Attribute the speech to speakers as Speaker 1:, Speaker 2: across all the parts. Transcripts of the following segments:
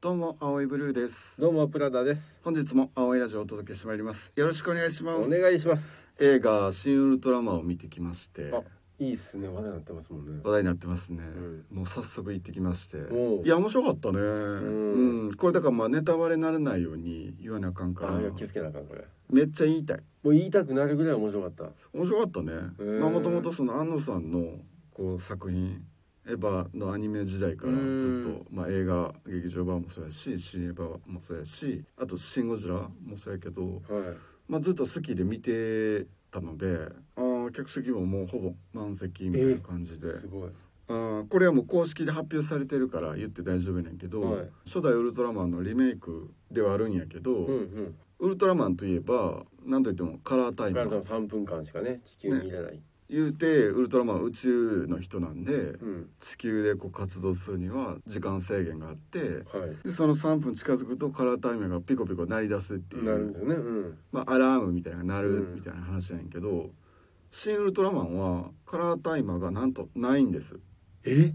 Speaker 1: どうも青いブルーです
Speaker 2: どうもプラダです。
Speaker 1: 本日も青いラジオをお届けしてまいりますよろしくお願いしま
Speaker 2: お
Speaker 1: す
Speaker 2: 願いします。
Speaker 1: 映画シンウルトラマンを見てきまして
Speaker 2: あ、いいっすね。話題になってますもんね。
Speaker 1: 話題になってますね、
Speaker 2: ん
Speaker 1: もう早速行ってきまして
Speaker 2: おう
Speaker 1: いや面白かったねうんん、これだからまあネタバレにならないように言わなあかんから
Speaker 2: あ、いや気をつけなあかんこれ。
Speaker 1: めっちゃ言いたい
Speaker 2: もう言いたくなるぐらい面白かった。
Speaker 1: 面白かったね
Speaker 2: ー
Speaker 1: まあもともとその安野さんのこう作品エヴァのアニメ時代からずっと、まあ、映画劇場版もそうやし新エヴァもそうやしあと「シン・ゴジラ」もそうやけど、
Speaker 2: はい。
Speaker 1: まあ、ずっと好きで見てたのであー客席ももうほぼ満席みたいな感じで、
Speaker 2: すごい。
Speaker 1: あーこれはもう公式で発表されてるから言って大丈夫なんやけど、
Speaker 2: はい
Speaker 1: 初代ウルトラマンのリメイクではあるんやけど、
Speaker 2: うんうん。
Speaker 1: ウルトラマンといえば何といってもカラータイマ
Speaker 2: 彼
Speaker 1: ー
Speaker 2: らも三分間しかね地球にいれない。
Speaker 1: 言うてウルトラマンは宇宙の人なんで、
Speaker 2: うん。
Speaker 1: 地球でこう活動するには時間制限があって
Speaker 2: はい。
Speaker 1: でその3分近づくとカラータイムがピコピコ鳴り出すってい
Speaker 2: なるんで
Speaker 1: う、
Speaker 2: すよね。うん。
Speaker 1: まあ、アラームみたいなのが鳴る
Speaker 2: うん
Speaker 1: みたいな話なんやけど、新ウルトラマンはカラータイマーがなんとないんです
Speaker 2: え？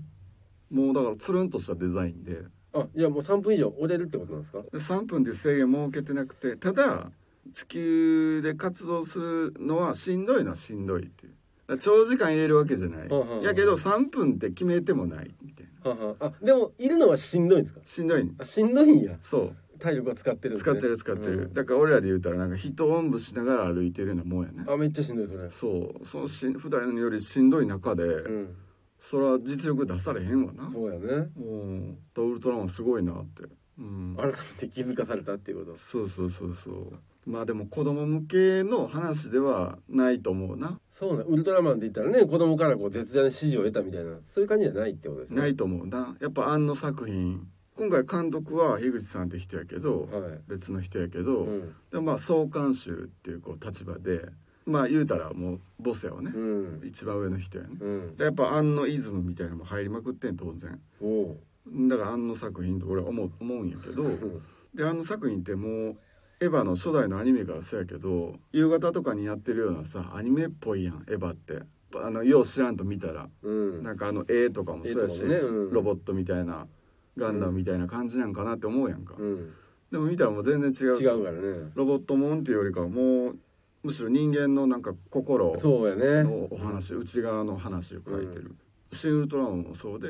Speaker 1: もうだからつるんとしたデザインで
Speaker 2: あ、いやもう三分以上折れるってことなんですか？
Speaker 1: で3分っていう制限設けてなくてただ地球で活動するのはしんどいのはしんどいっていうだから長時間入れるわけじゃない、
Speaker 2: うんうんうん
Speaker 1: やけど3分って決めてもないみたいな
Speaker 2: はは。あ、でもいるのはしんどいんですか？
Speaker 1: しんどいん
Speaker 2: あ、しんどいんや。
Speaker 1: そう
Speaker 2: 体力は使ってるんです
Speaker 1: 使
Speaker 2: ね。
Speaker 1: ってる使ってる、
Speaker 2: うん
Speaker 1: だから俺らで言うたらなんか人おんぶしながら歩いてるようなもんやね
Speaker 2: あ、めっちゃしんどいそれ。
Speaker 1: そうそのし普段よりしんどい中で、
Speaker 2: うん。
Speaker 1: それは実力出されへんわな
Speaker 2: そうやね。
Speaker 1: うんだからウルトラマンすごいなってうん
Speaker 2: 改めて気づかされたっていうこと。
Speaker 1: そうそうそうそうまあでも子供向けの話ではないと思うな
Speaker 2: そうなんウルトラマンって言ったらね子供からこう絶大な支持を得たみたいなそういう感じじゃないってことですね
Speaker 1: ないと思うなやっぱあの作品今回監督は樋口さんって人やけど、
Speaker 2: はい
Speaker 1: 別の人やけど、
Speaker 2: うん、
Speaker 1: でまあ総監修っていうこう立場でまあ言うたらもうボスやわね、
Speaker 2: うん
Speaker 1: 一番上の人やね
Speaker 2: うん
Speaker 1: でやっぱ安野イズムみたいなのも入りまくってん当然
Speaker 2: おお
Speaker 1: だから安野作品と俺は思う思うんやけど
Speaker 2: う、うん、
Speaker 1: で安野作品ってもうエヴァの初代のアニメからそうやけど夕方とかにやってるようなさアニメっぽいやんエヴァってあのよう知らんと見たら
Speaker 2: うん、
Speaker 1: なんかあの絵とかもそうやし、
Speaker 2: 絵とかもねうん
Speaker 1: ロボットみたいなガンダムみたいな感じなんかなって思うやんか、
Speaker 2: うん、
Speaker 1: でも見たらもう全然違う
Speaker 2: 違うからね
Speaker 1: ロボットもんっていうよりかはもうむしろ人間のなんか心を
Speaker 2: そうやね
Speaker 1: のお話、内側の話を書いてる、シン・ウルトラマンもそうで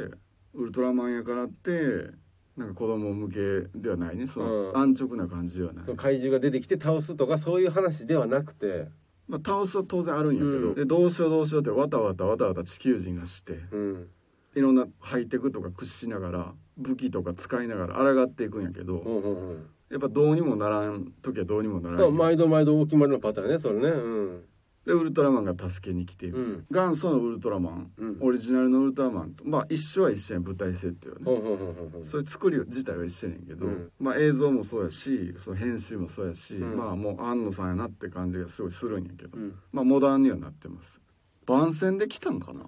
Speaker 1: ウルトラマンやからってなんか子供向けではないねその、
Speaker 2: うん
Speaker 1: 安直な感じではない、
Speaker 2: そう怪獣が出てきて倒すとかそういう話ではなくて
Speaker 1: まあ、倒すは当然あるんやけど、
Speaker 2: うん
Speaker 1: でどうしようどうしようってわたわたわたわた地球人がして
Speaker 2: うん
Speaker 1: いろんなハイテクとか駆使しながら武器とか使いながら抗っていくんやけど、
Speaker 2: うんうんうん
Speaker 1: やっぱどうにもならん時はどうにもならん
Speaker 2: だ
Speaker 1: や
Speaker 2: から毎度毎度お決まりのパターンねそれねうん
Speaker 1: でウルトラマンが助けに来て、
Speaker 2: うん
Speaker 1: 元祖のウルトラマン、
Speaker 2: うん
Speaker 1: オリジナルのウルトラマンとまあ一緒は一緒やん舞台設定はね、
Speaker 2: ほんほんほんほんほん
Speaker 1: そういう作り自体は一緒やねんけど、
Speaker 2: うん
Speaker 1: まあ映像もそうやしその編集もそうやし、
Speaker 2: うん
Speaker 1: まあもう安野さんやなって感じがすごいするんやけど、
Speaker 2: うん
Speaker 1: まあモダンにはなってます番宣で来たんかな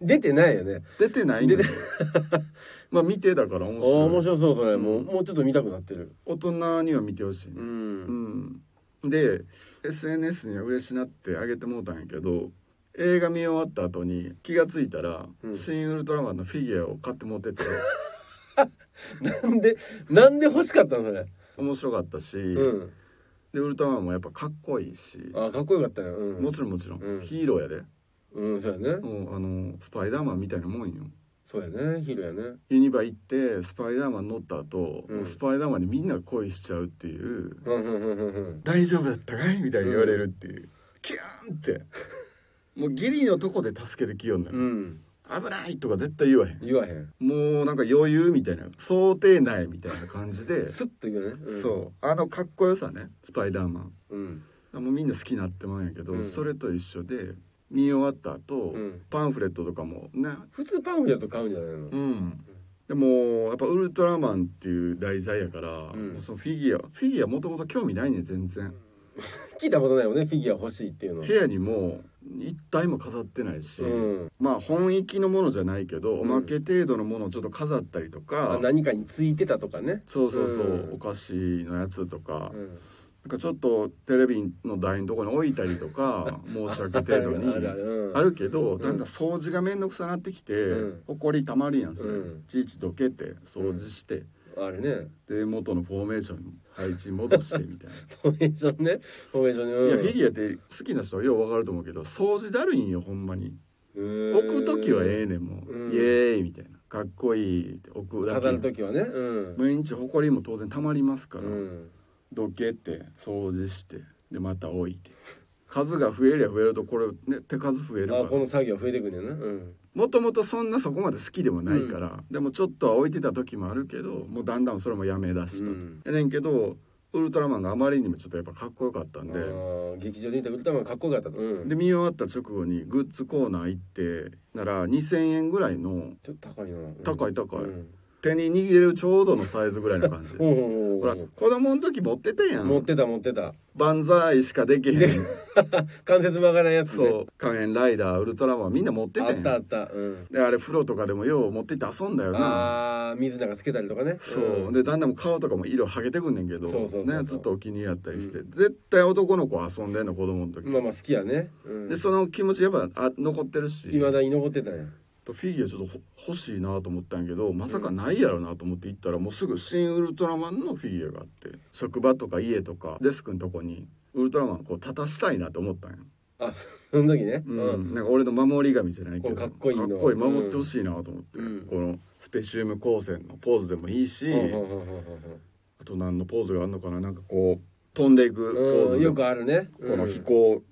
Speaker 2: 出てないよね
Speaker 1: 出てないんだけど まあ見てだから面
Speaker 2: あー面
Speaker 1: 白い
Speaker 2: 白そうそれ、もうもうちょっと見たくなってる
Speaker 1: 大人には見てほしいね、
Speaker 2: うん
Speaker 1: うん、で SNS には嬉しなってあげてもうたんやけど映画見終わった後に気がついたら、
Speaker 2: うん
Speaker 1: 新ウルトラマンのフィギュアを買って持 ってて
Speaker 2: なんでなんで欲しかったのそれ
Speaker 1: 面白かったし、
Speaker 2: うん
Speaker 1: でウルトラマンもやっぱかっこいいし、
Speaker 2: あかっこよかったようん
Speaker 1: もちろんもちろん、
Speaker 2: うん
Speaker 1: ヒーローやで、
Speaker 2: うんそうやね
Speaker 1: もうあのスパイダーマンみたいなもんよ
Speaker 2: そうやねヒーローやね
Speaker 1: ユニバ行ってスパイダーマン乗った後、
Speaker 2: うん
Speaker 1: もうスパイダーマンにみんな恋しちゃうっていう
Speaker 2: うんうんうんうんう
Speaker 1: 「
Speaker 2: ん
Speaker 1: 大丈夫だったかい?」みたいに言われるっていう、キューンってもうギリのとこで助けてきよんのよ、
Speaker 2: うん
Speaker 1: 危ないとか絶対言わへん
Speaker 2: 言わへん
Speaker 1: もうなんか余裕みたいな想定内みたいな感じで、
Speaker 2: スッといくね、うん、
Speaker 1: そうあのかっこよさねスパイダーマン
Speaker 2: ううん
Speaker 1: もうみんな好きになってまうんやけど、
Speaker 2: うん
Speaker 1: それと一緒で見終わった後、
Speaker 2: うん
Speaker 1: パンフレットとかもね
Speaker 2: 普通パンフレット買うんじゃないの、
Speaker 1: うんでもやっぱウルトラマンっていう題材やから、
Speaker 2: ん
Speaker 1: もうそのフィギュアフィギュアもともと興味ないね全然、
Speaker 2: 聞いたことないよねフィギュア欲しいっていうの
Speaker 1: 部屋にも一体も飾ってないし、
Speaker 2: うん
Speaker 1: まあ本域のものじゃないけど、
Speaker 2: ん
Speaker 1: おまけ程度のものをちょっと飾ったりとか、
Speaker 2: あ何かについてたとかね
Speaker 1: そうそうそう、
Speaker 2: うん
Speaker 1: お菓子のやつとか、
Speaker 2: うん
Speaker 1: なんかちょっとテレビの台のとこに置いたりと か申し訳程度に
Speaker 2: あるあるうん
Speaker 1: あるけどだんだん掃除が面倒くさなってきて、
Speaker 2: うん
Speaker 1: ほこりたまるやんそれ、
Speaker 2: うん
Speaker 1: いちいちどけて掃除して、
Speaker 2: あれね
Speaker 1: で元のフォーメーション配置戻してみたいな
Speaker 2: フォーメーションねフォーメーションね うん
Speaker 1: いやフィギュアって好きな人はようわかると思うけど掃除だるいんよほんまに
Speaker 2: うーん
Speaker 1: 置く時はええねんもう、
Speaker 2: うん
Speaker 1: イエーイみたいなかっこいいって置くだ
Speaker 2: 飾る
Speaker 1: け
Speaker 2: 時はねうん、
Speaker 1: 毎日ほこりも当然たまりますから、
Speaker 2: うん、
Speaker 1: どけて掃除してでまた置いて数が増えりゃ増えるとこれね手数増えるか
Speaker 2: あこ
Speaker 1: ら
Speaker 2: の作業増えてくんねんなうん
Speaker 1: もともとそんなそこまで好きでもないから、でもちょっとは置いてた時もあるけどもうだんだんそれもやめだし
Speaker 2: う
Speaker 1: た、
Speaker 2: ん
Speaker 1: やねんけどウルトラマンがあまりにもちょっとやっぱかっこよかった
Speaker 2: あ
Speaker 1: んで、
Speaker 2: ー劇場で見たウルトラマンかっこよかったとうん
Speaker 1: で見終わった直後にグッズコーナー行ってなら2,000円ぐらいの
Speaker 2: ちょっと高いなうん
Speaker 1: 高い高い
Speaker 2: うん
Speaker 1: 手に握れるちょうどのサイズぐらいの 感じ
Speaker 2: ほ
Speaker 1: ほ
Speaker 2: うほうほうほ
Speaker 1: ら
Speaker 2: う
Speaker 1: 子供の時持ってたや
Speaker 2: 持っ
Speaker 1: ん
Speaker 2: てた持ってた
Speaker 1: 万歳しかできへん
Speaker 2: 関節曲がらんやつ ね
Speaker 1: そう仮面ライダーウルトラマンみんな持ってた
Speaker 2: あったあ
Speaker 1: やん
Speaker 2: ったうん
Speaker 1: であれ風呂とかでもよう持ってって遊んだよな
Speaker 2: あー水なんかつけたりとかね
Speaker 1: そう
Speaker 2: うん
Speaker 1: でだんだん顔とかも色はげてくんねんけど
Speaker 2: そうそうそうそう
Speaker 1: ねずっとお気に入りやったりして、絶対男の子遊んでんの子供の時、
Speaker 2: まあまあ好きやねうん
Speaker 1: でその気持ちやっぱあ残ってるし
Speaker 2: いまだに残ってたんや
Speaker 1: フィギュアちょっとほ欲しいなと思ったんやけどまさかないやろなと思って行ったらもうすぐ「新ウルトラマン」のフィギュアがあって職場とか家とかデスクのとこにウルトラマンこう立たしたいなと思ったんや、
Speaker 2: あ その時ね
Speaker 1: う
Speaker 2: うんん
Speaker 1: なんか俺の守り神じゃないけど
Speaker 2: こうかっこいいの
Speaker 1: かっこいい守ってほしいなと思って、
Speaker 2: うん
Speaker 1: このスペシウム光線のポーズでもいいし、
Speaker 2: ほうほうほうほうほうほう
Speaker 1: あと何のポーズがあるのかななんかこう飛んでいくポーズで
Speaker 2: う
Speaker 1: も
Speaker 2: ん、よくあるね。
Speaker 1: この
Speaker 2: うん
Speaker 1: 飛行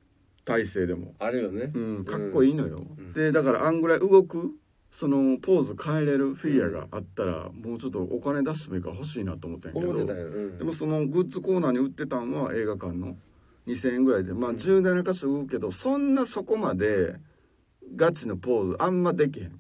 Speaker 1: 体勢でも、
Speaker 2: あるよね。
Speaker 1: うん、かっこい
Speaker 2: い。
Speaker 1: いのよ、
Speaker 2: ん
Speaker 1: でだからあんぐらい動くそのポーズ変えれるフィギュアがあったら、もうちょっとお金出してもいいから欲しいなと思ったんやけ
Speaker 2: 思
Speaker 1: ど
Speaker 2: ってたよ。うん
Speaker 1: でもそのグッズコーナーに売ってたんは映画館の2,000円ぐらいでまあ17箇所動くけどそんなそこまでガチのポーズあんまできへん。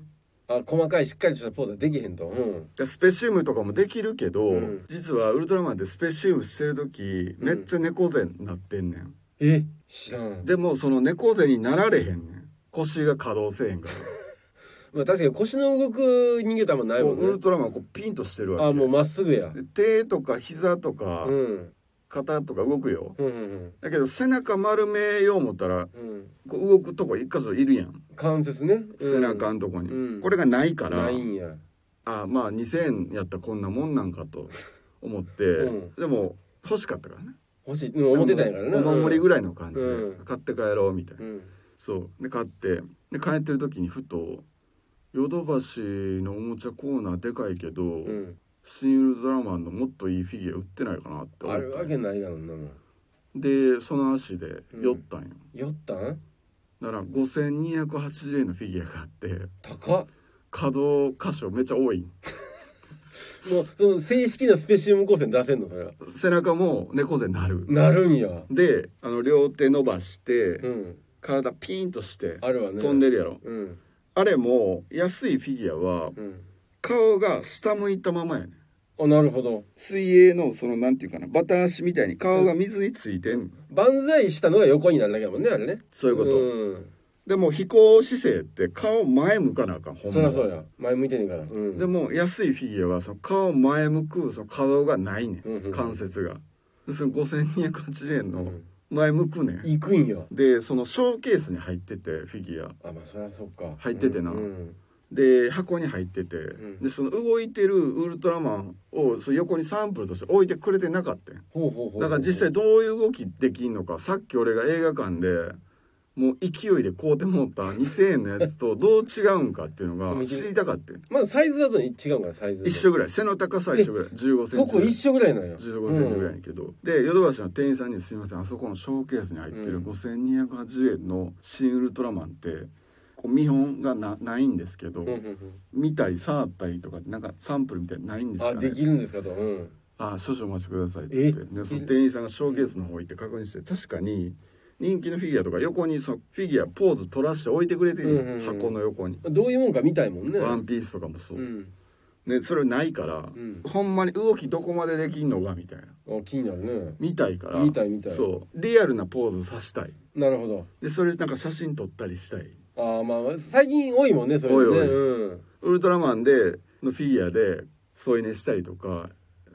Speaker 2: あ、細かいしっかりとしたポーズはできへんと。うん。
Speaker 1: でスペシウムとかもできるけど、
Speaker 2: うん
Speaker 1: 実はウルトラマンってスペシウムしてる時めっちゃ猫背になってんねん、
Speaker 2: え、知らん。
Speaker 1: でもその猫背になられへんねん腰が稼働せえへんから
Speaker 2: まあ、確かに腰の動く人間ってあんまない
Speaker 1: こ
Speaker 2: も
Speaker 1: うウ
Speaker 2: ん
Speaker 1: ル
Speaker 2: ね。
Speaker 1: トラマンはこうピンとしてるわけ
Speaker 2: あ、もうまっすぐや。
Speaker 1: で手とか膝とか
Speaker 2: うん。うん
Speaker 1: 肩とか動くよ、
Speaker 2: うん
Speaker 1: だけど背中丸めよう思ったら
Speaker 2: うん。うん。
Speaker 1: こう動くとこ一箇所いるやん、
Speaker 2: 関節ね。うん
Speaker 1: 背中のとこに、
Speaker 2: うん
Speaker 1: これがないから
Speaker 2: ないんや。
Speaker 1: あまあ2,000円やったらこんなもんなんかと思って、
Speaker 2: う
Speaker 1: でも欲しかったからね
Speaker 2: 欲しい。うん、思ってたんやからな。
Speaker 1: お守りぐ
Speaker 2: らい。
Speaker 1: らいの感じで、
Speaker 2: うん
Speaker 1: 買って帰ろうみたいな、
Speaker 2: うん。
Speaker 1: そうで買ってで帰ってる時にふとヨドバシのおもちゃコーナーでかいけど、
Speaker 2: うん。
Speaker 1: 新ウルトラマンのもっといいフィギュア売ってないかなって思
Speaker 2: あ
Speaker 1: っ
Speaker 2: るわ
Speaker 1: て
Speaker 2: けないだろうな、もう。
Speaker 1: でその足で寄ったんよ、
Speaker 2: 酔ったん
Speaker 1: だから5280円のフィギュアがあって
Speaker 2: 高っ。
Speaker 1: 可動箇所めっちゃ多い
Speaker 2: もう、その正式なスペシウム光線出せんの、それは。
Speaker 1: 背中も猫背になる、
Speaker 2: なるんや。
Speaker 1: であの両手伸ばして、
Speaker 2: うん。
Speaker 1: 体ピンとして
Speaker 2: あるわね。
Speaker 1: 飛んでるやろ、
Speaker 2: うん。
Speaker 1: あれも安いフィギュアは
Speaker 2: うん。
Speaker 1: 顔が下向いたままやねん
Speaker 2: あ、なるほど。
Speaker 1: 水泳のそのなんていうかなバタ足みたいに顔が水についてん、
Speaker 2: 万歳したのが横になるだけだもんねあれね
Speaker 1: そういうこと、
Speaker 2: うん
Speaker 1: でも飛行姿勢って顔前向かなあかんほん
Speaker 2: そり
Speaker 1: ま
Speaker 2: ゃそうや前向いてんねんからうん
Speaker 1: でも安いフィギュアはその顔前向くその可動がないね
Speaker 2: うんうんうん
Speaker 1: ん関節がでその5280円
Speaker 2: う
Speaker 1: の
Speaker 2: ん
Speaker 1: 前向くねん
Speaker 2: 行くんや
Speaker 1: でそのショーケースに入っててフィギュア
Speaker 2: あまあそりゃそうか
Speaker 1: 入っててな
Speaker 2: うんうん
Speaker 1: で箱に入ってて
Speaker 2: ん
Speaker 1: でその動いてるウルトラマンをその横にサンプルとして置いてくれてなかったん
Speaker 2: ほうほうほう
Speaker 1: だから実際どういう動きできんのかさっき俺が映画館でもう勢いで買うてもった2,000円のやつとどう違うんかっていうのが知りたかってん
Speaker 2: まずサイズだと違うからサイズ
Speaker 1: 一緒ぐらい背の高さ一緒ぐらい1 5セ
Speaker 2: そ
Speaker 1: ンチぐ
Speaker 2: こ
Speaker 1: らい
Speaker 2: 一緒ぐらいなんや
Speaker 1: 15センチぐらいやけど、でヨドバシの店員さんに「すいませんあそこのショーケースに入って
Speaker 2: う
Speaker 1: る
Speaker 2: ん
Speaker 1: 5280円の新ウルトラマンってこう見本がなないんですけど、
Speaker 2: うんうんうん
Speaker 1: 見たり触ったりとかなんかサンプルみたいなのないんですか
Speaker 2: あで
Speaker 1: ね
Speaker 2: きるんですかとうん
Speaker 1: あ少々お待ちください」っつって
Speaker 2: え
Speaker 1: でその店員さんがショーケースの方行って確認して確かに人気のフィギュアとか横にそのフィギュアポーズ取らして置いてくれてる、
Speaker 2: うんうんうん
Speaker 1: 箱の横に。
Speaker 2: どういうもんか見たいもんね
Speaker 1: ワンピースとかもそう、
Speaker 2: うん
Speaker 1: ね、それないから、
Speaker 2: うん
Speaker 1: ほんまに動きどこまでできんのかみたいな
Speaker 2: あ気になるね
Speaker 1: 見たいから
Speaker 2: 見たい見たい
Speaker 1: そうリアルなポーズさしたい
Speaker 2: なるほど
Speaker 1: でそれなんか写真撮ったりしたい
Speaker 2: あまあ最近多いもんねそれね
Speaker 1: 多い多い
Speaker 2: うん
Speaker 1: ウルトラマンでのフィギュアで添い寝したりとか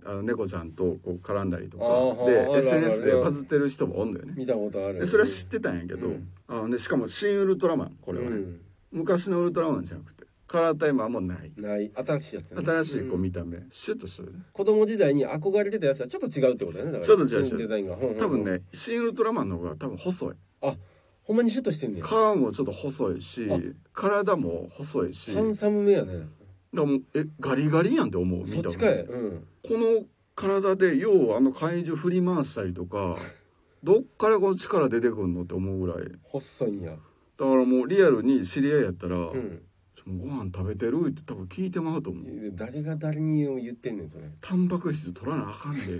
Speaker 1: あの猫ちゃんとこう絡んだりと
Speaker 2: あーは
Speaker 1: か
Speaker 2: ーあるあ
Speaker 1: で
Speaker 2: る
Speaker 1: SNS でバズってる人もおんだよね
Speaker 2: 見たことある
Speaker 1: でそれは知ってたんやけど、
Speaker 2: うん
Speaker 1: あのね、しかも新ウルトラマンこれはね、
Speaker 2: うん
Speaker 1: 昔のウルトラマンじゃなくてカラータイマーもない
Speaker 2: ない新しいやつ、ね、
Speaker 1: 新しいこう
Speaker 2: うん
Speaker 1: 見た目、シュッとしてるね
Speaker 2: 子供時代に憧れてたやつはちょっと違うってことだよねだから
Speaker 1: ちょっと違う違う
Speaker 2: デザインがほんほんほ
Speaker 1: 多
Speaker 2: ん
Speaker 1: 分ね新ウルトラマンの方が多分細い
Speaker 2: あほんまにシュッとしてんねん
Speaker 1: 皮もちょっと細いし
Speaker 2: あ
Speaker 1: 体も細いし
Speaker 2: ハンサムめやね
Speaker 1: でもうえガリガリやんって思う見た
Speaker 2: そっ
Speaker 1: 目
Speaker 2: ちかいうん
Speaker 1: この体でようあの怪獣振り回したりとか どっからこの力出てくんのって思うぐらいだ
Speaker 2: 細いんや
Speaker 1: からもうリアルに知り合いやったら「
Speaker 2: うん
Speaker 1: ちょご飯食べてる?」って多分聞いてまうと思う
Speaker 2: 誰が誰に言ってんねんそれ
Speaker 1: 「タンパク質取らなあかんで」って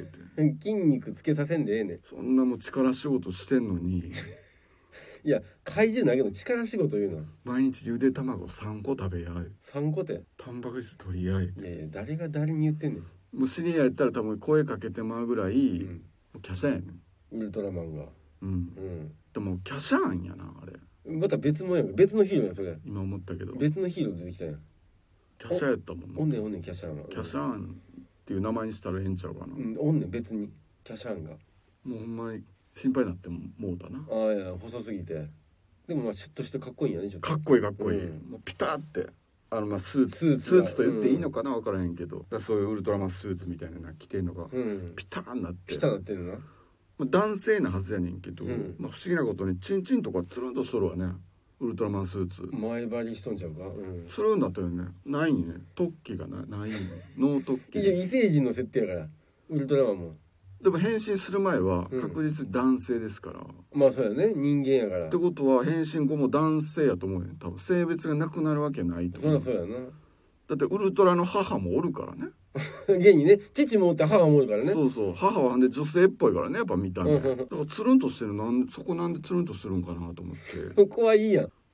Speaker 2: 筋肉つけさせんでええねん
Speaker 1: そんなもう力仕事してんのに
Speaker 2: いや怪獣投げの力仕事言うな
Speaker 1: 毎日ゆで卵3個食べやい
Speaker 2: 3個て
Speaker 1: タンパク質取りやい
Speaker 2: いやいや誰が誰に言ってんねん、
Speaker 1: もう知り合いやったら多分声かけてまうぐらい、
Speaker 2: うん、
Speaker 1: キャシャやねん
Speaker 2: ウルトラマンが
Speaker 1: うん
Speaker 2: う
Speaker 1: でもキャシャーンやなあれ
Speaker 2: んまた別もんやん別のヒーローやんそれ
Speaker 1: 今思ったけどキ
Speaker 2: 別のヒーロー出てきたやん
Speaker 1: ャシャーやったもんな
Speaker 2: おんねんおんねんキャシャーンは
Speaker 1: キャシャーンっていう名前にしたらええんちゃうかな、
Speaker 2: うんおんねん別にキャシャーンが
Speaker 1: もうほんまに心配になってももうだな
Speaker 2: ああいや細すぎてでもまあシュッとしてかっこいいんやねちょっと
Speaker 1: かっこいいかっこいい、
Speaker 2: うん
Speaker 1: もうピタってあのまあスーツ
Speaker 2: スーツ
Speaker 1: スー
Speaker 2: が
Speaker 1: ツと言っていいのかな分からへんけど、だからそういうウルトラマンスーツみたいなの着てんのが、
Speaker 2: うん
Speaker 1: ピターンなって
Speaker 2: ピタなってるな
Speaker 1: まあ、男性なはずやねんけど、
Speaker 2: うん
Speaker 1: まあ、不思議なことにチンチンとかつるんとしとるわねウルトラマンスーツ
Speaker 2: 前張りしとんちゃうかうん
Speaker 1: するんだったよねないね突起がなないねノー突起
Speaker 2: いや
Speaker 1: で
Speaker 2: 異星人の設定やからウルトラマンも
Speaker 1: でも変身する前は
Speaker 2: うん
Speaker 1: 確実に男性ですから、
Speaker 2: まあそうやね人間やから
Speaker 1: ってことは変身後も男性やと思うねん多分性別がなくなるわけないと
Speaker 2: そ
Speaker 1: 思
Speaker 2: り
Speaker 1: う
Speaker 2: ゃそうやな
Speaker 1: だ ってウルトラの母もおるからね
Speaker 2: 現にね父もおって母もおるからね
Speaker 1: そうそう母はほんで女性っぽいからねやっぱ見た目
Speaker 2: うんうんう
Speaker 1: だ
Speaker 2: ん
Speaker 1: からつるんとしてるなんそこなんでつるんとするんかなと思って
Speaker 2: そこはいいやん